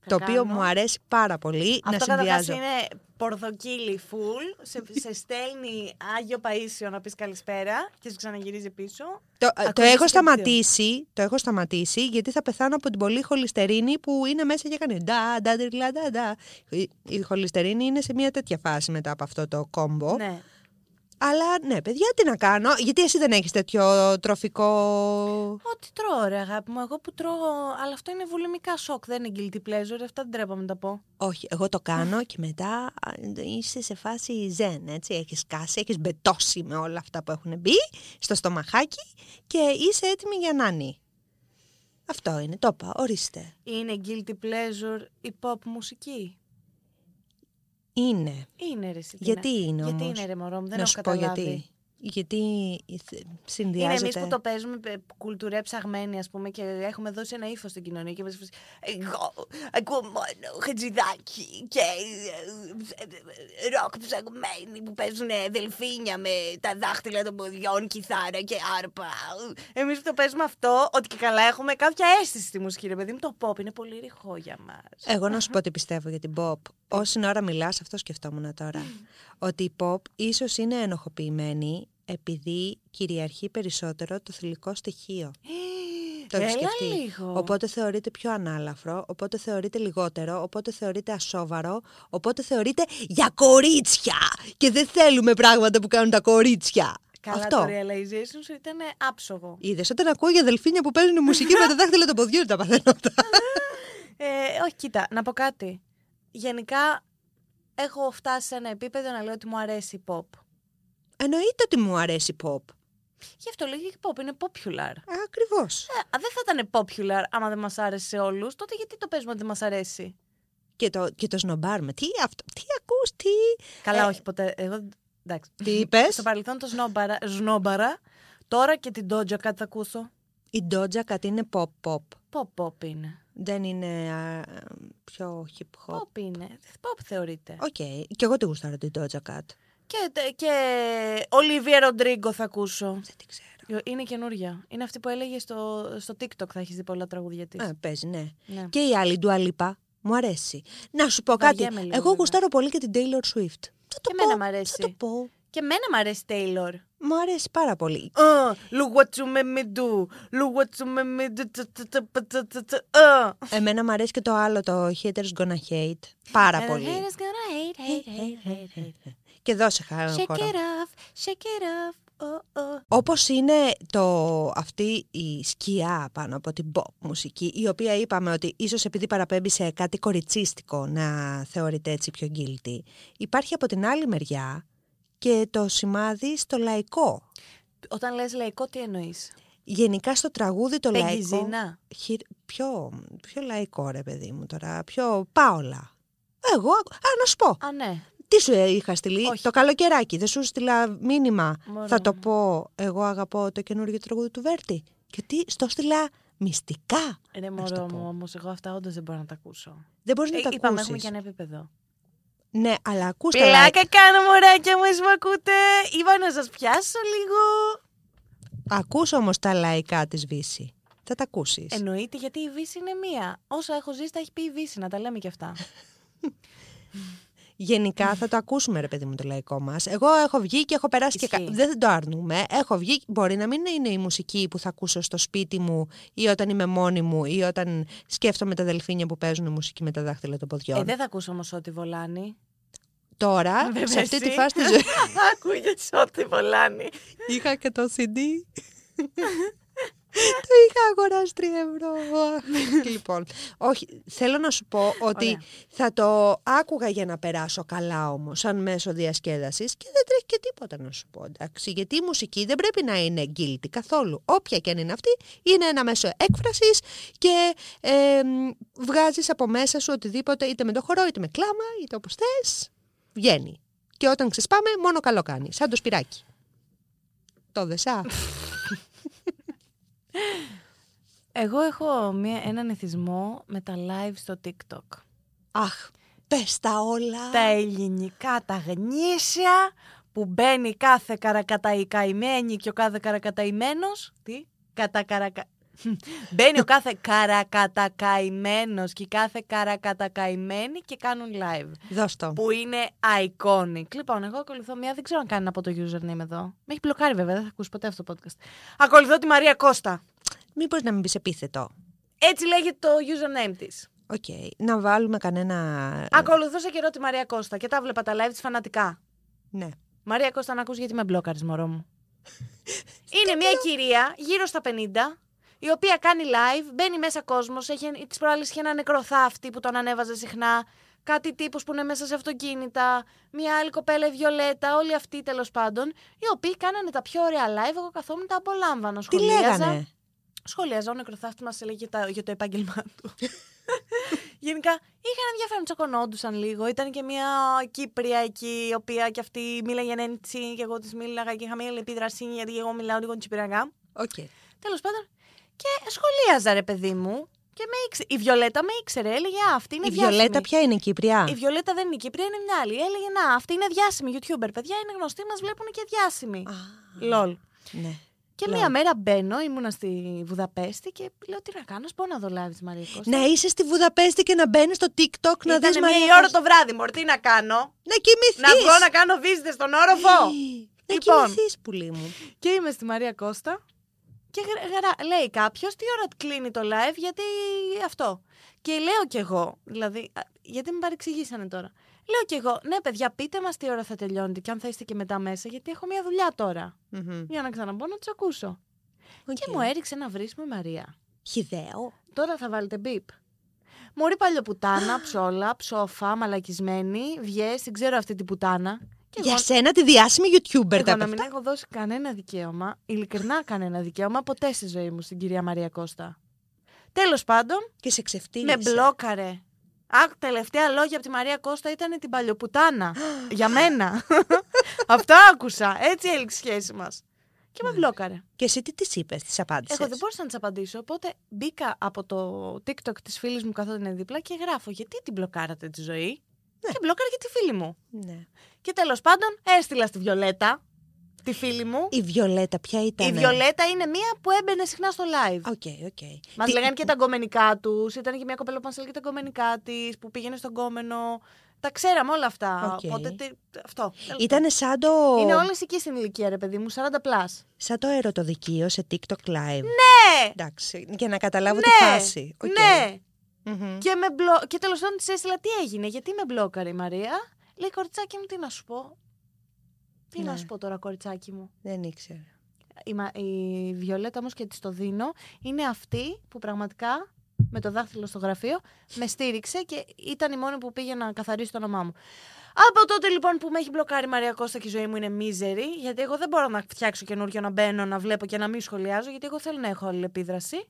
C: το οποίο
D: κάνω.
C: μου αρέσει πάρα πολύ να
D: Αυτό καταρχάς
C: συνδυάζω.
D: είναι πορδοκύλι full. Σε, σε στέλνει Άγιο Παίσιο να πεις καλησπέρα και σε ξαναγυρίζει πίσω.
C: Το, το,
D: Ακούγεις και
C: έχω
D: δύο.
C: σταματήσει, το έχω σταματήσει γιατί θα πεθάνω από την πολύ χολυστερίνη που είναι μέσα και κάνει ντα, ντα, ντα, ντα, ντα. Η, η χολυστερίνη είναι σε μια τέτοια φάση μετά από αυτό το κόμπο.
D: Ναι.
C: Αλλά ναι, παιδιά, τι να κάνω, γιατί εσύ δεν έχεις τέτοιο τροφικό...
D: Ό,τι τρώω, ρε αγάπη μου. Εγώ που τρώω. Αλλά αυτό είναι βουλημικά σοκ. Δεν είναι guilty pleasure. Αυτά δεν τρέπαμε να τα πω.
C: Όχι, εγώ το κάνω και μετά α, είσαι σε φάση ζεν, έτσι. Έχεις κάσει, έχεις μπετώσει με όλα αυτά που έχουν μπει στο στομαχάκι και είσαι έτοιμη για να νι. Αυτό είναι, το είπα, ορίστε.
D: Είναι guilty pleasure η pop μουσική.
C: Είναι.
D: Είναι ρε Σιτίνα.
C: Γιατί είναι όμως.
D: Γιατί είναι ρε μωρό μου, δεν
C: να
D: έχω
C: σου πω
D: καταλάβει.
C: γιατί. Γιατί η θε-
D: Είναι
C: συνδυάζεται...
D: εμείς που το παίζουμε πε- κουλτουρέ ψαγμένοι, ας πούμε, και έχουμε δώσει ένα ύφος στην κοινωνία. Και είμαστε Εγώ ακούω μόνο χατζηδάκι και ε, ε, ροκ ψαγμένοι που παίζουν ε, δελφίνια με τα δάχτυλα των ποδιών, κιθάρα και άρπα. Εμείς που το παίζουμε αυτό, ότι και καλά έχουμε κάποια αίσθηση στη μουσική, ρε παιδί μου. Το pop είναι πολύ ρηχό για μας.
C: Εγώ να σου πω τι πιστεύω για την pop. Όση ώρα μιλάς, αυτό σκεφτόμουν τώρα. ότι η pop ίσως είναι ενοχοποιημένη επειδή κυριαρχεί περισσότερο το θηλυκό στοιχείο. Το
D: Ε, Έλα
C: έχεις σκεφτεί.
D: λίγο.
C: Οπότε θεωρείται πιο ανάλαφρο, οπότε θεωρείται λιγότερο, οπότε θεωρείται ασόβαρο, οπότε θεωρείται για κορίτσια. Και δεν θέλουμε πράγματα που κάνουν τα κορίτσια.
D: Καλά,
C: Αυτό.
D: το realization σου ήταν άψογο.
C: Είδες όταν ακούω για αδελφίνια που παίζουν μουσική με τα δάχτυλα των ποδιών, τα παθαίνω αυτά.
D: Ε, όχι, κοίτα, να πω κάτι. Γενικά, έχω φτάσει σε ένα επίπεδο να λέω ότι μου αρέσει η pop.
C: Εννοείται ότι μου αρέσει pop.
D: Γι' αυτό λέγεται και pop, είναι popular.
C: Ακριβώς.
D: Ε, α, δεν θα ήταν popular άμα δεν μας άρεσε σε όλους, τότε γιατί το παίζουμε ότι δεν μας αρέσει.
C: Και το, και το σνομπάρουμε. Τι, αυτό, τι ακούς, τι.
D: Καλά,
C: Ε,
D: όχι ποτέ. Εγώ, εντάξει.
C: Τι είπες.
D: Στο παρελθόν το σνόμπαρα, σνόμπαρα, τώρα και την Doja κάτι θα ακούσω.
C: Η Doja κάτι είναι pop-pop.
D: Pop pop είναι.
C: Δεν είναι α, πιο hip hop.
D: Pop είναι. Pop θεωρείται.
C: Οκ. Και εγώ τη γουστάρω την Doja Cat.
D: Και, και Olivia Rodrigo θα ακούσω. Ε,
C: Δεν την ξέρω.
D: Είναι καινούρια. Είναι αυτή που έλεγε στο, στο TikTok θα έχεις δει πολλά τραγούδια της.
C: Α, παίζει, ναι.
D: Ναι.
C: Και η άλλη Dua Lipa. Μου αρέσει. Να σου πω κάτι.
D: Βαριέμαι λίγο,
C: Εγώ
D: βέβαια.
C: γουστάρω πολύ και την Taylor Swift. Θα το
D: Και
C: πω.
D: εμένα μ' αρέσει.
C: Θα το πω.
D: Και εμένα μ' αρέσει Taylor.
C: Μου αρέσει πάρα πολύ.
D: Look what you made me do. Look what you made me do. Τ- τ- τ- π- τ- τ- τ- ε.
C: Εμένα μου αρέσει και το άλλο, το Haters Gonna Hate. Πάρα
D: And the
C: πολύ.
D: haters gonna hate, hate, hate, hate, hate.
C: Και δώσε χάρο.
D: Shake it off, shake it off. Oh, oh.
C: Όπως είναι το, αυτή η σκιά πάνω από την pop μουσική, η οποία είπαμε ότι ίσως επειδή παραπέμπει σε κάτι κοριτσίστικο να θεωρείται έτσι πιο guilty, υπάρχει από την άλλη μεριά και το σημάδι στο λαϊκό.
D: Όταν λες λαϊκό, τι εννοείς.
C: Γενικά στο τραγούδι το λαϊκό...
D: Πεγγιζίνα.
C: Χι- Πιο, πιο λαϊκό ρε παιδί μου τώρα, πιο πάολα. Εγώ, α, να σου πω,
D: Α, ναι.
C: τι σου είχα στείλει,
D: Όχι.
C: το καλοκαιράκι, δεν σου στείλα μήνυμα.
D: Μωρό
C: Θα το
D: μου.
C: πω, εγώ αγαπώ το καινούργιο τραγούδι του Βέρτη. Και τι, στο στείλα μυστικά.
D: Ρε
C: Να σου το
D: μωρό μου,
C: πω.
D: όμως εγώ αυτά όντως δεν μπορώ να τα ακούσω.
C: Δεν μπορείς
D: Ε,
C: να τα
D: Είπαμε, έχουμε
C: ακούσεις.
D: και ένα επίπεδο.
C: Ναι, αλλά ακούς τα like.
D: Πλάκα κάνω μωράκια μου, εσείς μου ακούτε. Είπα να σας πιάσω λίγο.
C: Ακούς όμως τα λαϊκά της Βύση. Θα τα ακούσεις.
D: Εννοείται γιατί η Βύση είναι μία. Όσα έχω ζήσει τα έχει πει η Βύση, να τα λέμε και αυτά.
C: Γενικά θα το ακούσουμε, ρε παιδί μου, το λαϊκό μας. Εγώ έχω βγει και έχω περάσει και.
D: Ισχύει.
C: κα- Δεν το αρνούμε. Έχω βγει. Μπορεί να μην είναι η μουσική που θα ακούσω στο σπίτι μου ή όταν είμαι μόνη μου ή όταν σκέφτομαι τα δελφίνια που παίζουν μουσική με τα δάχτυλα των ποδιών.
D: ε, δεν θα ακούσω όμως ό,τι βολάνει.
C: Τώρα,
D: Βέβαια,
C: σε αυτή
D: εσύ.
C: τη φάση της ζωής,
D: Ακούγες ό,τι βολάνει.
C: είχα και το CD. το είχα αγοράσει 3 ευρώ. λοιπόν, όχι, θέλω να σου πω ότι
D: Ωραία.
C: θα το άκουγα για να περάσω καλά όμως, σαν μέσο διασκέδασης και δεν τρέχει και τίποτα να σου πω, εντάξει, γιατί η μουσική δεν πρέπει να είναι guilty καθόλου. Όποια και αν είναι αυτή, είναι ένα μέσο έκφρασης και ε, μ, βγάζεις από μέσα σου οτιδήποτε, είτε με το χορό, είτε με κλάμα, είτε όπως θες, βγαίνει. Και όταν ξεσπάμε, μόνο καλό κάνεις, σαν το σπυράκι. Το δεσά.
D: Εγώ έχω μία, έναν εθισμό με τα live στο TikTok.
C: Αχ, πες τα όλα.
D: Τα ελληνικά, τα γνήσια που μπαίνει κάθε καρακαταϊκαημένη και ο κάθε καρακαταϊμένος. Τι, κατακαρακα... Μπαίνει ο κάθε καρακατακαημένος και η κάθε καρακατακαημένη και κάνουν live.
C: Δώσ' το.
D: Που είναι iconic. Λοιπόν, εγώ ακολουθώ μία, δεν ξέρω αν κάνει να πω το username εδώ. Με έχει μπλοκάρει βέβαια, δεν θα ακούσει ποτέ αυτό το podcast. Ακολουθώ τη Μαρία Κώστα.
C: Μήπως να μην πεις επίθετο.
D: Έτσι λέγεται το username της.
C: Οκ. Να βάλουμε κανένα...
D: Ακολουθούσα καιρό τη Μαρία Κώστα και τα βλέπα τα live της φανατικά.
C: Ναι.
D: Μαρία Κώστα, να ακούς γιατί με μπλόκαρες μωρό μου. Είναι μια κυρία γύρω στα 50, η οποία κάνει live, μπαίνει μέσα κόσμος, έχει, τις προάλλες είχε ένα νεκροθάφτη που τον ανέβαζε συχνά, κάτι τύπους που είναι μέσα σε αυτοκίνητα, μια άλλη κοπέλα η Βιολέτα, όλοι αυτοί τέλος πάντων, οι οποίοι κάνανε τα πιο ωραία live, εγώ καθόμουν τα απολάμβανα,
C: Τι
D: σχολίαζα.
C: λέγανε.
D: Σχολιαζά ο νεκροθάφτη μας έλεγε για, τα- για το επάγγελμά του. Γενικά είχαν ενδιαφέρον, τσακωνόντουσαν λίγο. Ήταν και μια Κύπρια εκεί, η οποία και αυτή μίλαγε έτσι, και εγώ της μίλαγα και είχα μια επίδραση, γιατί και εγώ μιλάω λίγο τσιπηραγά.
C: Οκ.
D: Τέλος πάντων. Και σχολίαζα, ρε παιδί μου. Και με ήξε- Η Βιολέτα με ήξερε, έλεγε «Α, Αυτή είναι
C: Η
D: διάσημη».
C: Βιολέτα ποια είναι η Κύπρια.
D: Η Βιολέτα δεν είναι η Κύπρια, είναι μια άλλη. Έλεγε Να, αυτή είναι διάσημη YouTuber. Παιδιά είναι γνωστή, μας βλέπουν και διάσημη.
C: Α,
D: Λολ.
C: ναι.
D: Και
C: Λέω.
D: μία μέρα μπαίνω, ήμουνα στη Βουδαπέστη και λέω τι να κάνω, ας μπορώ να δω live τη Μαρία Κώστα.
C: Ναι, Να είσαι στη Βουδαπέστη και να μπαίνεις στο TikTok να
D: Ήτανε
C: δεις
D: μία
C: Μαρία
D: η ώρα
C: Κώστα.
D: το βράδυ, μωρ, τι να κάνω,
C: Να κοιμηθείς.
D: να βγω να κάνω βίζιτες στον όροφο.
C: Να
D: Λοιπόν.
C: κοιμηθείς πουλή μου.
D: και είμαι στη Μαρία Κώστα και γρα- γρα- λέει κάποιος τι ώρα κλείνει το live γιατί αυτό. Και λέω κι εγώ, δηλαδή, α, γιατί με παρεξηγήσανε τώρα. Λέω κι εγώ, ναι παιδιά πείτε μας τι ώρα θα τελειώνετε και αν θα είστε και μετά μέσα γιατί έχω μια δουλειά τώρα.
C: Μμμ.
D: Για να ξαναμπώ να τους ακούσω. Και
C: Οκ.
D: μου έριξε ένα βρίσκο η Μαρία.
C: Χιδαίο.
D: Τώρα θα βάλετε μπιπ. Μωρή παλιοπουτάνα, ψόλα, ψόφα, μαλακισμένη, βιές, την ξέρω αυτή την πουτάνα. Και
C: Για σένα τη διάσημη YouTuber
D: εγώ
C: τα
D: να μην
C: παιδιά.
D: έχω δώσει κανένα δικαίωμα, ειλικρινά κανένα δικαίωμα, ποτέ στη ζωή μου στην κυρία Μαρία Κώστα. Τέλος πάντων,
C: Και σε ξεφτύλισε.
D: με μπλόκαρε. Άκου, τελευταία λόγια από τη Μαρία Κώστα ήταν την παλιοπουτάνα. για μένα. Αυτά άκουσα. Έτσι έληξε η σχέση μας. Και
C: Ναι.
D: με μπλόκαρε.
C: Και εσύ τι της είπες, της απάντησες.
D: Εγώ δεν μπορούσα να της απαντήσω. Οπότε μπήκα από το TikTok της φίλης μου καθότι είναι δίπλα και γράφω γιατί την μπλοκάρατε τη ζωή. Και μπλοκάρα και τη φίλη μου.
C: Ναι.
D: Και τέλος πάντων έστειλα στη Βιολέτα, τη φίλη μου.
C: Η Βιολέτα, ποια ήταν.
D: Η Βιολέτα είναι μία που έμπαινε συχνά στο live.
C: Οκ, οκ.
D: Μας
C: Τι-
D: λέγανε και τα γκομενικά τους. Ήταν και μια κοπέλα που μα έλεγε τα γκομενικά της, που πήγαινε στον κόμενο. Τα ξέραμε όλα αυτά.
C: Οκ.
D: Οπότε. τι- Αυτό. Τέλος
C: Ήτανε σαν το.
D: πάντων. Είναι όλε εκεί στην ηλικία, ρε παιδί μου, 40 plus.
C: Σαν το ερωτοδικείο σε TikTok live.
D: Ναι!
C: Εντάξει, για να καταλάβω τη
D: Ναι!
C: φάση. Οκ.
D: Ναι!
C: Μμμ.
D: Και, με μπλο... και τέλος πάντων της έστειλα τι έγινε, γιατί με μπλόκαρε η Μαρία. Λέει, κοριτσάκι μου, τι να σου πω. Τι να
C: Ναι.
D: σου πω τώρα, κοριτσάκι μου.
C: Δεν ήξερα.
D: Η, Μα- η Βιολέτα όμως και της το δίνω είναι αυτή που πραγματικά με το δάχτυλο στο γραφείο με στήριξε και ήταν η μόνη που πήγε να καθαρίσει το όνομά μου. Από τότε λοιπόν που με έχει μπλοκάρει η Μαρία Κώστα και η ζωή μου είναι μίζερη, γιατί εγώ δεν μπορώ να φτιάξω καινούριο να μπαίνω, να βλέπω και να μην σχολιάζω, γιατί εγώ θέλω να έχω αλληλεπίδραση.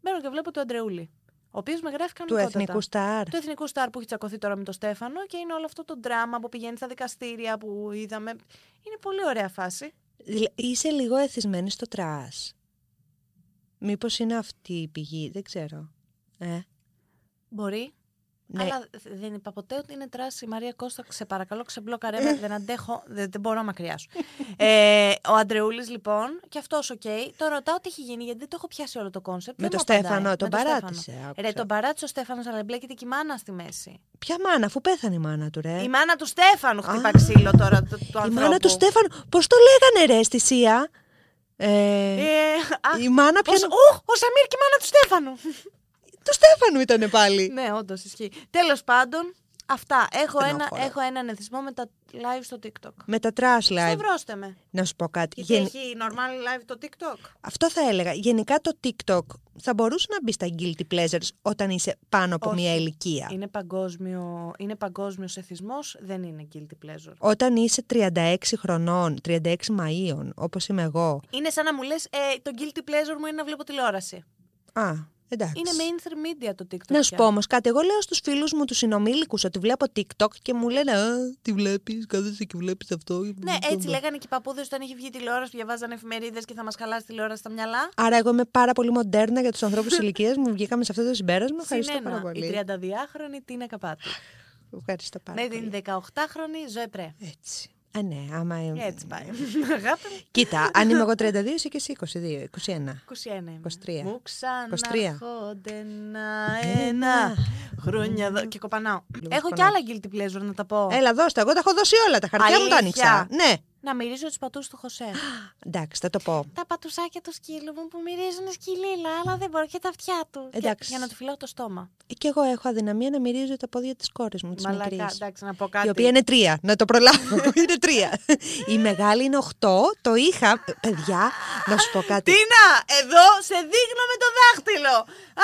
D: Μπαίνω και βλέπω τον Αντρεούλη, ο οποίος με γράφει
C: Του
D: κανονικότατα
C: εθνικού στάρ.
D: του εθνικού στάρ που έχει τσακωθεί τώρα με τον Στέφανο και είναι όλο αυτό το δράμα που πηγαίνει στα δικαστήρια που είδαμε. Είναι πολύ ωραία φάση.
C: Δηλα- Είσαι λίγο εθισμένη στο τρας. Μήπως είναι αυτή η πηγή, δεν ξέρω. Ε,
D: Μπορεί.
C: ναι.
D: Αλλά δε- δεν είπα ποτέ ότι είναι τράση. Μαρία Κώστα, σε παρακαλώ, ξεμπλόκαρε με. δεν αντέχω, δεν, δεν μπορώ μακριά σου. ε, ο Αντρεούλη, λοιπόν, και αυτός οκ. Το ρωτάω τι έχει γίνει, γιατί δεν το έχω πιάσει όλο το κόνσεπτ.
C: Με
D: δεν
C: τον
D: μου απαντάει.
C: Στέφανο, τον
D: Με Στέφανο.
C: παράτησε.
D: Ρε,
C: άκουσα.
D: τον παράτησε ο Στέφανος, αλλά μπλέκεται και η μάνα στη μέση.
C: Ποια μάνα, αφού πέθανε η μάνα του, ρε.
D: Η μάνα του Στέφανου χτύπα
C: Α.
D: ξύλο τώρα του, του
C: Η
D: ανθρώπου.
C: μάνα του Στέφανου, πώς το λέγανε, ρε, στη Σία. Ε,
D: Ε, α,
C: η μάνα
D: Πώς,
C: πιανε...
D: Ουχ, ο Σαμίρ και η μάνα του Στέφανου.
C: Του Στέφανου ήταν πάλι.
D: ναι, όντως ισχύει. Τέλος πάντων, αυτά. Έχω, ένα,
C: Στενόχωρο.
D: έχω έναν εθισμό με τα live στο TikTok.
C: Με τα τρας live.
D: Σταυρώστε με.
C: Να σου πω κάτι.
D: Γιατί
C: Γεν-
D: έχει normal live το TikTok.
C: Αυτό θα έλεγα. Γενικά το TikTok θα μπορούσε να μπει στα guilty pleasures όταν είσαι πάνω από
D: Όχι.
C: μια ηλικία.
D: Είναι παγκόσμιο, είναι παγκόσμιος εθισμός, δεν είναι guilty pleasure.
C: Όταν είσαι 36 χρονών, 36 Μαΐων, όπως είμαι εγώ.
D: Είναι σαν να μου λες, ε, το guilty pleasure μου είναι να βλέπω τηλεόραση.
C: Α, εντάξει.
D: Είναι mainstream media το TikTok.
C: Να σου
D: πια.
C: πω όμως κάτι. Εγώ λέω στους φίλους μου, τους συνομήλικους, ότι βλέπω TikTok και μου λένε Α, τι βλέπεις, κάθεσαι και βλέπεις αυτό.
D: Ναι, έτσι λέγανε και οι παππούδες όταν είχε βγει τηλεόραση που διαβάζανε εφημερίδες και θα μας χαλάσει τηλεόραση στα μυαλά.
C: Άρα, εγώ είμαι πάρα πολύ μοντέρνα για τους ανθρώπους της ηλικίας μου. Βγήκαμε σε αυτό το συμπέρασμα. Ευχαριστώ
D: Συν ένα,
C: πάρα πολύ.
D: Η 32χρονη Τίνα Καπάτη.
C: Ευχαριστώ πάρα
D: Ναι,
C: πολύ.
D: την 18χρονη Ζωεπρέ.
C: Έτσι. Ε, ναι, άμα.
D: Έτσι πάει. Αγάπη μου.
C: Κοίτα, αν
D: ε,
C: είμαι εγώ 32, είσαι και εσύ 22, 21.
D: 21 είμαι.
C: 23.
D: Μου
C: 23.
D: ξανάρχονται να ένα χρόνια εδώ. Και κοπανάω. Έχω κι
C: κοπανάκι.
D: άλλα guilty pleasure να τα πω.
C: Έλα, δώστα. Εγώ τα έχω δώσει όλα. Τα χαρτιά μου τα
D: Αλήθεια.
C: άνοιξα. Ναι.
D: Να μυρίζω τους πατούς του Χωσέ.
C: Εντάξει, θα το πω.
D: τα πατουσάκια του σκύλου μου που μυρίζουν σκυλίλα, αλλά δεν μπορώ και τα αυτιά του. Και-
C: Εντάξει.
D: Για, να του φυλάω το στόμα.
C: Ε, Και εγώ έχω αδυναμία να μυρίζω τα πόδια της κόρης μου, της μικρής.
D: εντάξει, να πω κάτι.
C: Η οποία είναι τρία, να το προλάβω. είναι τρία. Η μεγάλη είναι οχτώ, το είχα. Παιδιά, να σου πω κάτι.
D: Τίνα, εδώ σε δείχνω με το δάχτυλο.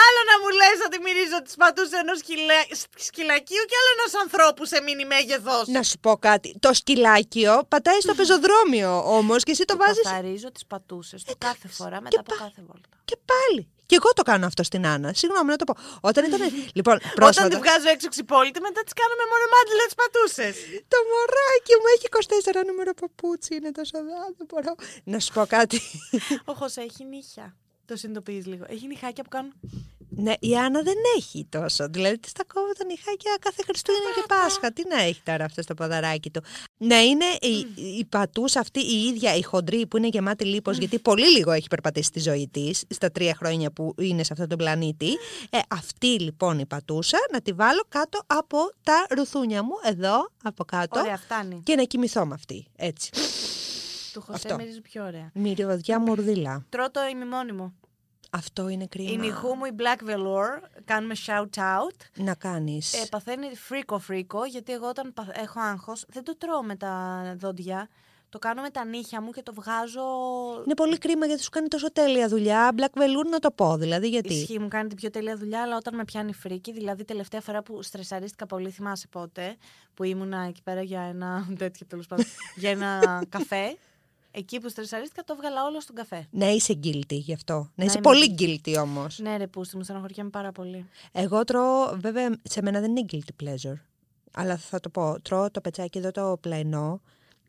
D: Άλλο να μου λες ότι μυρίζω τις πατούς ενός σκυλα... σκυλακίου και άλλο ενός ανθρώπου σε μήνυ μέγεθος.
C: Να σου πω κάτι. Το σκυλάκιο πατάει στο πεζοδρόμιο όμως και εσύ το βάζεις.
D: Καθαρίζω τις πατούσες του κάθε φορά
C: Και
D: μετά από
C: πα-
D: κάθε βόλτα.
C: Και πάλι. Και εγώ το κάνω αυτό στην Άννα. Συγγνώμη να το πω. Όταν ήταν. λοιπόν,
D: Όταν τη
C: πρόσφατα.
D: βγάζω έξω ξυπόλυτη, μετά τις κάνουμε μόνο μάντιλα τις πατούσες.
C: Το μωράκι μου έχει 24 νούμερο παπούτσι. Είναι τόσο δά, δεν μπορώ. Να σου πω κάτι.
D: Ο Χωσέ έχει νύχια. Το συνειδητοποιείς λίγο. Έχει νυχάκια που κάνουν.
C: ναι, η Άννα δεν έχει τόσο. Δηλαδή της τα κόβω τα νυχάκια κάθε Χριστούγεννα και Πάσχα. Τι να έχει τώρα αυτό στο ποδαράκι του. Να είναι η, η πατούσα αυτή η ίδια, η χοντρή που είναι γεμάτη λίπος γιατί πολύ λίγο έχει περπατήσει στη ζωή της στα τρία χρόνια που είναι σε αυτόν τον πλανήτη. Ε, αυτή λοιπόν η πατούσα να τη βάλω κάτω από τα ρουθούνια μου, εδώ από κάτω.
D: Ωραία, φτάνει.
C: Και να κοιμηθώ με αυτή. Έτσι.
D: Του Χωσέ
C: Αυτό.
D: μυρίζει πιο ωραία.
C: Μυρωδιά μουρδίλα.
D: Τρώω το ημιμόνιμο.
C: Αυτό είναι κρίμα.
D: Η νυχού μου, η Black Velour, κάνουμε shout out.
C: Να κάνεις.
D: Ε, παθαίνει φρίκο φρίκο, γιατί εγώ όταν παθ- έχω άγχος δεν το τρώω με τα δόντια. Το κάνω με τα νύχια μου και το βγάζω.
C: είναι πολύ κρίμα γιατί σου κάνει τόσο τέλεια δουλειά. Black velour να το πω. Δηλαδή γιατί.
D: Ισχύει, μου κάνει την πιο τέλεια δουλειά, αλλά όταν με πιάνει φρίκι, δηλαδή τελευταία φορά που στρεσαρίστηκα πολύ, θυμάσαι πότε, που ήμουνα εκεί πέρα για ένα τέτοιο τέλος πάντων, για ένα καφέ. Εκεί που στρεσαρίστηκα, το έβγαλα όλο στον καφέ.
C: Να είσαι guilty γι' αυτό. Να, είσαι
D: είμαι
C: πολύ guilty όμως.
D: Ναι, ρε, πούστη μου, στεναχωριέμαι πάρα πολύ.
C: Εγώ τρώω. Βέβαια, σε μένα δεν είναι guilty pleasure. Αλλά θα το πω. Τρώω το πετσάκι εδώ το πλαϊνό.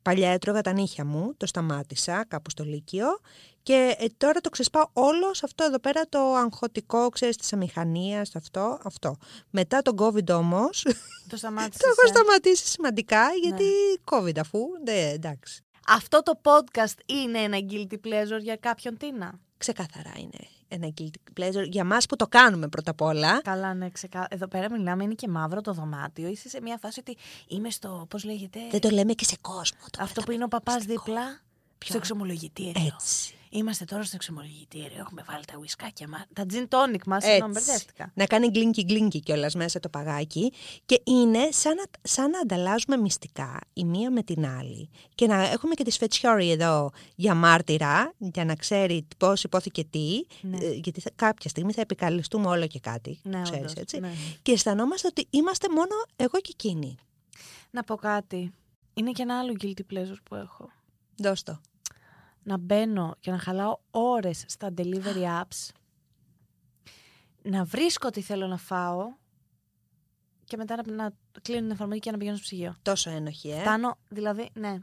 C: Παλιά έτρωγα τα νύχια μου, το σταμάτησα κάπου στο Λύκειο και ε, τώρα το ξεσπάω όλο σε αυτό εδώ πέρα το αγχωτικό, ξέρεις, της αμηχανίας, το αυτό, αυτό. Μετά τον COVID όμως,
D: Το ε? σταμάτησα.
C: Το έχω σταματήσει σημαντικά γιατί COVID αφού. Ναι, εντάξει.
D: Αυτό το podcast είναι ένα guilty pleasure για κάποιον Τίνα.
C: Ξεκάθαρα είναι ένα guilty pleasure για μας που το κάνουμε πρώτα απ' όλα.
D: Καλά, ναι, ξεκάθαρα. Εδώ πέρα μιλάμε, είναι και μαύρο το δωμάτιο. Είσαι σε μια φάση ότι είμαι στο. Πώς λέγεται.
C: Δεν το λέμε και σε κόσμο. Το
D: αυτό
C: κρατάμε
D: που είναι ο παπά
C: μυστικό.
D: δίπλα. Στο εξομολογητήριο.
C: Έτσι.
D: Είμαστε τώρα στο εξομολογητήριο. Έχουμε βάλει τα ουισκάκια μα. Τα gin tonic μας. Συγγνώμη,
C: Ε, Έτσι.
D: μπερδεύτηκα.
C: Να κάνει γκλίνκι γκλίνκι κιόλας μέσα το παγάκι. Και είναι σαν να, σαν να ανταλλάσσουμε μυστικά η μία με την άλλη. Και να έχουμε και τη Σφετσιόρη εδώ για μάρτυρα, για να ξέρει πώς υπόθηκε τι. ε, γιατί θα- κάποια στιγμή θα επικαλεστούμε όλο και κάτι.
D: Ναι,
C: ξέρεις,
D: όντως,
C: έτσι. Mm.
D: ναι.
C: Και αισθανόμαστε ότι είμαστε μόνο εγώ και εκείνη.
D: Να πω κάτι. Είναι και ένα άλλο guilty pleasure που έχω.
C: Δώσ' το.
D: να μπαίνω και να χαλάω ώρες στα delivery apps, να βρίσκω τι θέλω να φάω και μετά να, να κλείνω την εφαρμογή και να πηγαίνω στο ψυγείο.
C: Τόσο ένοχη, ε.
D: Φτάνω, δηλαδή, ναι.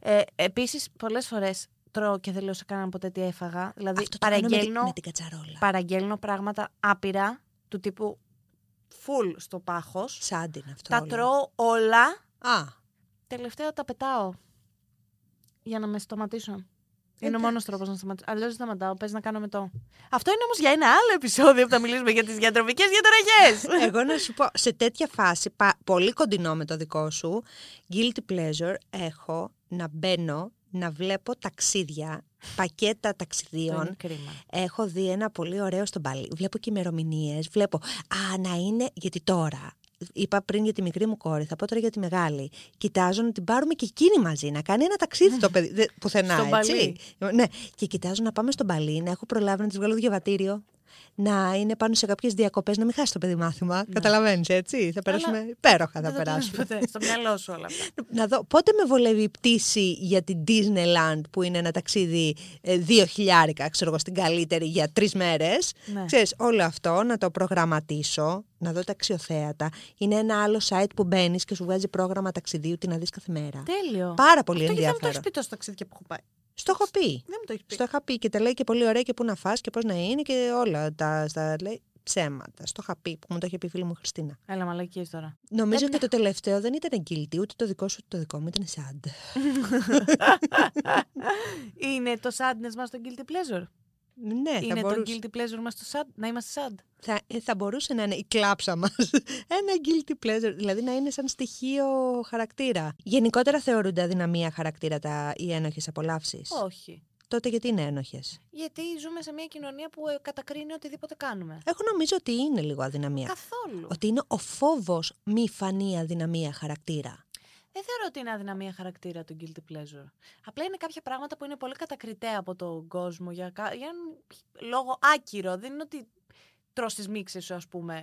D: Ε, επίσης, πολλές φορές τρώω και δεν λέω σε κανέναν ποτέ τι έφαγα. Δηλαδή,
C: Αυτό το κάνω με, τη-
D: παραγγέλνω,
C: με την κατσαρόλα.
D: παραγγέλνω πράγματα άπειρα του τύπου full στο πάχος.
C: Σαν την αυτό.
D: Τα
C: όλο.
D: τρώω όλα,
C: Α,
D: τελευταία τα πετάω για να με σταματήσουν. Είναι ο
C: Εντάξει.
D: μόνος τρόπος να σταματήσω. Αλλιώς δεν σταματάω. Πες να κάνω με το. Αυτό είναι όμως για ένα άλλο επεισόδιο που θα μιλήσουμε για τις διατροφικές διαταραχές.
C: Εγώ να σου πω, σε τέτοια φάση, πα- πολύ κοντινό με το δικό σου, guilty pleasure έχω να μπαίνω, να βλέπω ταξίδια, πακέτα ταξιδίων.
D: κρίμα.
C: Έχω δει ένα πολύ ωραίο στον πάλι. Βλέπω και ημερομηνίες. Βλέπω. Α, να είναι. Γιατί τώρα. Είπα πριν για τη μικρή μου κόρη, θα πω τώρα για τη μεγάλη. Κοιτάζω να την πάρουμε και εκείνη μαζί, να κάνει ένα ταξίδι το παιδί. Δε- Πουθενά,
D: Στον
C: έτσι. Ναι. Και κοιτάζω να πάμε στον παλί, να έχω προλάβει να τη βγάλω διαβατήριο. Να είναι πάνω σε κάποιες διακοπές, να μην χάσει το παιδί μάθημα. Καταλαβαίνεις, έτσι. Θα περάσουμε υπέροχα, θα
D: Ναι. Δεν το κάνεις
C: περάσουμε.
D: ποτέ. Στο μυαλό σου όλα αυτά.
C: Να δω πότε με βολεύει η πτήση για την Disneyland που είναι ένα ταξίδι ε, δύο χιλιάρικα, ξέρω εγώ, στην καλύτερη για τρεις μέρες.
D: Ναι.
C: Ξέρεις, όλο αυτό να το προγραμματίσω, να δω τα αξιοθέατα. Είναι ένα άλλο site που μπαίνεις και σου βγάζει πρόγραμμα ταξιδίου, τι να δεις κάθε μέρα.
D: Τέλειο.
C: Πάρα πολύ
D: Αυτό γιατί δεν μου το έχεις
C: ενδιαφέρον.
D: πει τόσο ταξίδια που έχω πάει.
C: Στο έχω πει.
D: Δεν μου το έχεις πει.
C: Στο είχα πει και τα λέει και πολύ ωραία και πού να φας και πώς να είναι και όλα τα, στα λέει. ψέματα. Στο είχα πει που μου το είχε πει η φίλη μου Χριστίνα.
D: Έλα μαλακίες τώρα.
C: Νομίζω
D: Πρέπει
C: και το τελευταίο δεν ήταν guilty, ούτε το δικό σου ούτε το δικό μου, ήταν sad.
D: Είναι το sadness μας το guilty pleasure.
C: Ναι, θα
D: είναι το
C: μπορούσε.
D: guilty pleasure μας το sad, να είμαστε sad.
C: Θα, ε, θα μπορούσε να είναι η κλάψα μας. Ένα guilty pleasure. Δηλαδή να είναι σαν στοιχείο χαρακτήρα. Γενικότερα θεωρούνται αδυναμία χαρακτήρα τα, οι ένοχες απολαύσεις.
D: Όχι.
C: Τότε γιατί είναι ένοχες.
D: Γιατί ζούμε σε μια κοινωνία που ε, κατακρίνει οτιδήποτε κάνουμε.
C: Εγώ νομίζω ότι είναι λίγο
D: Ε,
C: αδυναμία.
D: Καθόλου.
C: Ότι είναι ο φόβος μη φανή αδυναμία χαρακτήρα.
D: Ε, Δεν θεωρώ ότι είναι αδυναμία χαρακτήρα το guilty pleasure. Απλά είναι κάποια πράγματα που είναι πολύ κατακριτέα από τον κόσμο για, κα- για έναν λόγο άκυρο. Δεν είναι ότι τρως τις μίξες σου, ας πούμε.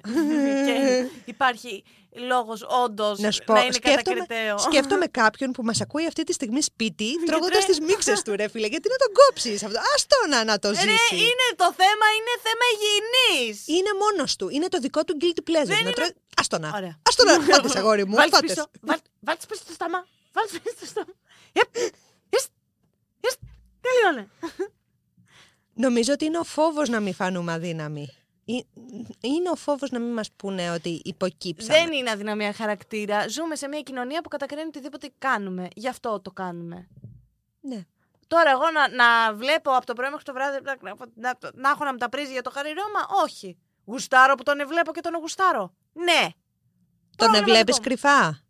D: και υπάρχει λόγος όντως
C: Να
D: να,
C: σου πω,
D: είναι
C: σκέφτομαι-
D: κατακριτέο.
C: Σκέφτομαι κάποιον που μας ακούει αυτή τη στιγμή σπίτι, τρώγοντας
D: τρε-
C: τις μίξες του, ρε φίλε. Γιατί να τον κόψεις αυτό. Ας να, να το ζήσει.
D: Ε, Ρε, είναι το θέμα, είναι θέμα υγιεινής.
C: Είναι μόνος του. Είναι το δικό του guilty pleasure.
D: Δεν
C: να τρώει... Ας το να.
D: Ωραία.
C: Ας το να. Φάτες, αγόρι μου.
D: Βάλ
C: Φάτες.
D: πίσω, βάλ, βάλ τις πίσω στο στόμα. Βάλ τις πίσω στο στόμα. Επ, εις, εις, τελειώνε.
C: Νομίζω ότι είναι ο φόβος να μην φανούμε αδύναμοι. Ε- Είναι ο φόβος να μην μας πούνε ότι υποκύψαμε.
D: Δεν είναι αδυναμία χαρακτήρα. Ζούμε σε μια κοινωνία που κατακρίνει οτιδήποτε κάνουμε. Γι' αυτό το κάνουμε.
C: Ναι.
D: Τώρα εγώ να, να βλέπω από το πρωί μέχρι το βράδυ να, να, να, να έχω να με τα πρίζει για το χαριρώμα. Όχι. Γουστάρω που τον εβλέπω και τον γουστάρω. Ναι.
C: Τον
D: Πρόβλημα
C: έβλεπες
D: δικό μου.
C: κρυφά.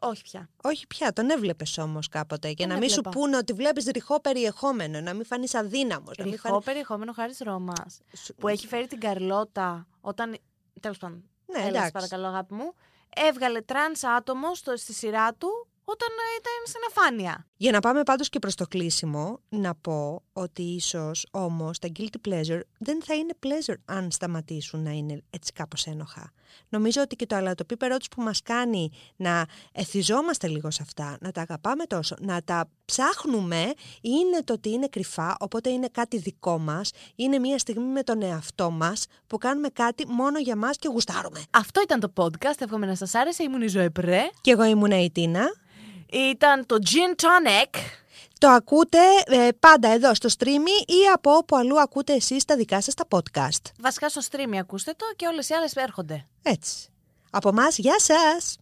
D: Όχι πια.
C: Όχι πια, τον έβλεπες όμως κάποτε. Και
D: Τον
C: να μην σου
D: έβλεπα.
C: πούνε ότι βλέπεις ρηχό περιεχόμενο, να Ναι, μην φανείς αδύναμος.
D: Ρηχό περιεχόμενο χάρης Ρώμας που έχει φέρει την Καρλώτα όταν. Τέλος πάντων.
C: Ναι,
D: Έλα, σε
C: εντάξει.
D: παρακαλώ, αγάπη μου. Έβγαλε τρανς άτομο στο, στη σειρά του όταν ε, ήταν στην αφάνεια.
C: Για να πάμε πάντως και προς το κλείσιμο, να πω ότι ίσως όμως τα guilty pleasure δεν θα είναι pleasure αν σταματήσουν να είναι έτσι κάπως ένοχα. Νομίζω ότι και το αλατοπίπερό τους που μας κάνει να εθιζόμαστε λίγο σε αυτά, να τα αγαπάμε τόσο, να τα ψάχνουμε, είναι το ότι είναι κρυφά, οπότε είναι κάτι δικό μας, είναι μια στιγμή με τον εαυτό μας που κάνουμε κάτι μόνο για μας και γουστάρουμε.
D: Αυτό ήταν το podcast. Εύχομαι να σας άρεσε. Ήμουν η Ζωεπρέ.
C: Και εγώ ήμουνα η Τίνα.
D: Ήταν το Gin Tonic.
C: Το ακούτε ε, πάντα εδώ στο stream ή από όπου αλλού ακούτε εσείς τα δικά σας τα podcast.
D: Βασικά στο stream ακούστε το και όλες οι άλλες έρχονται.
C: Έτσι. Από μας, γεια σας!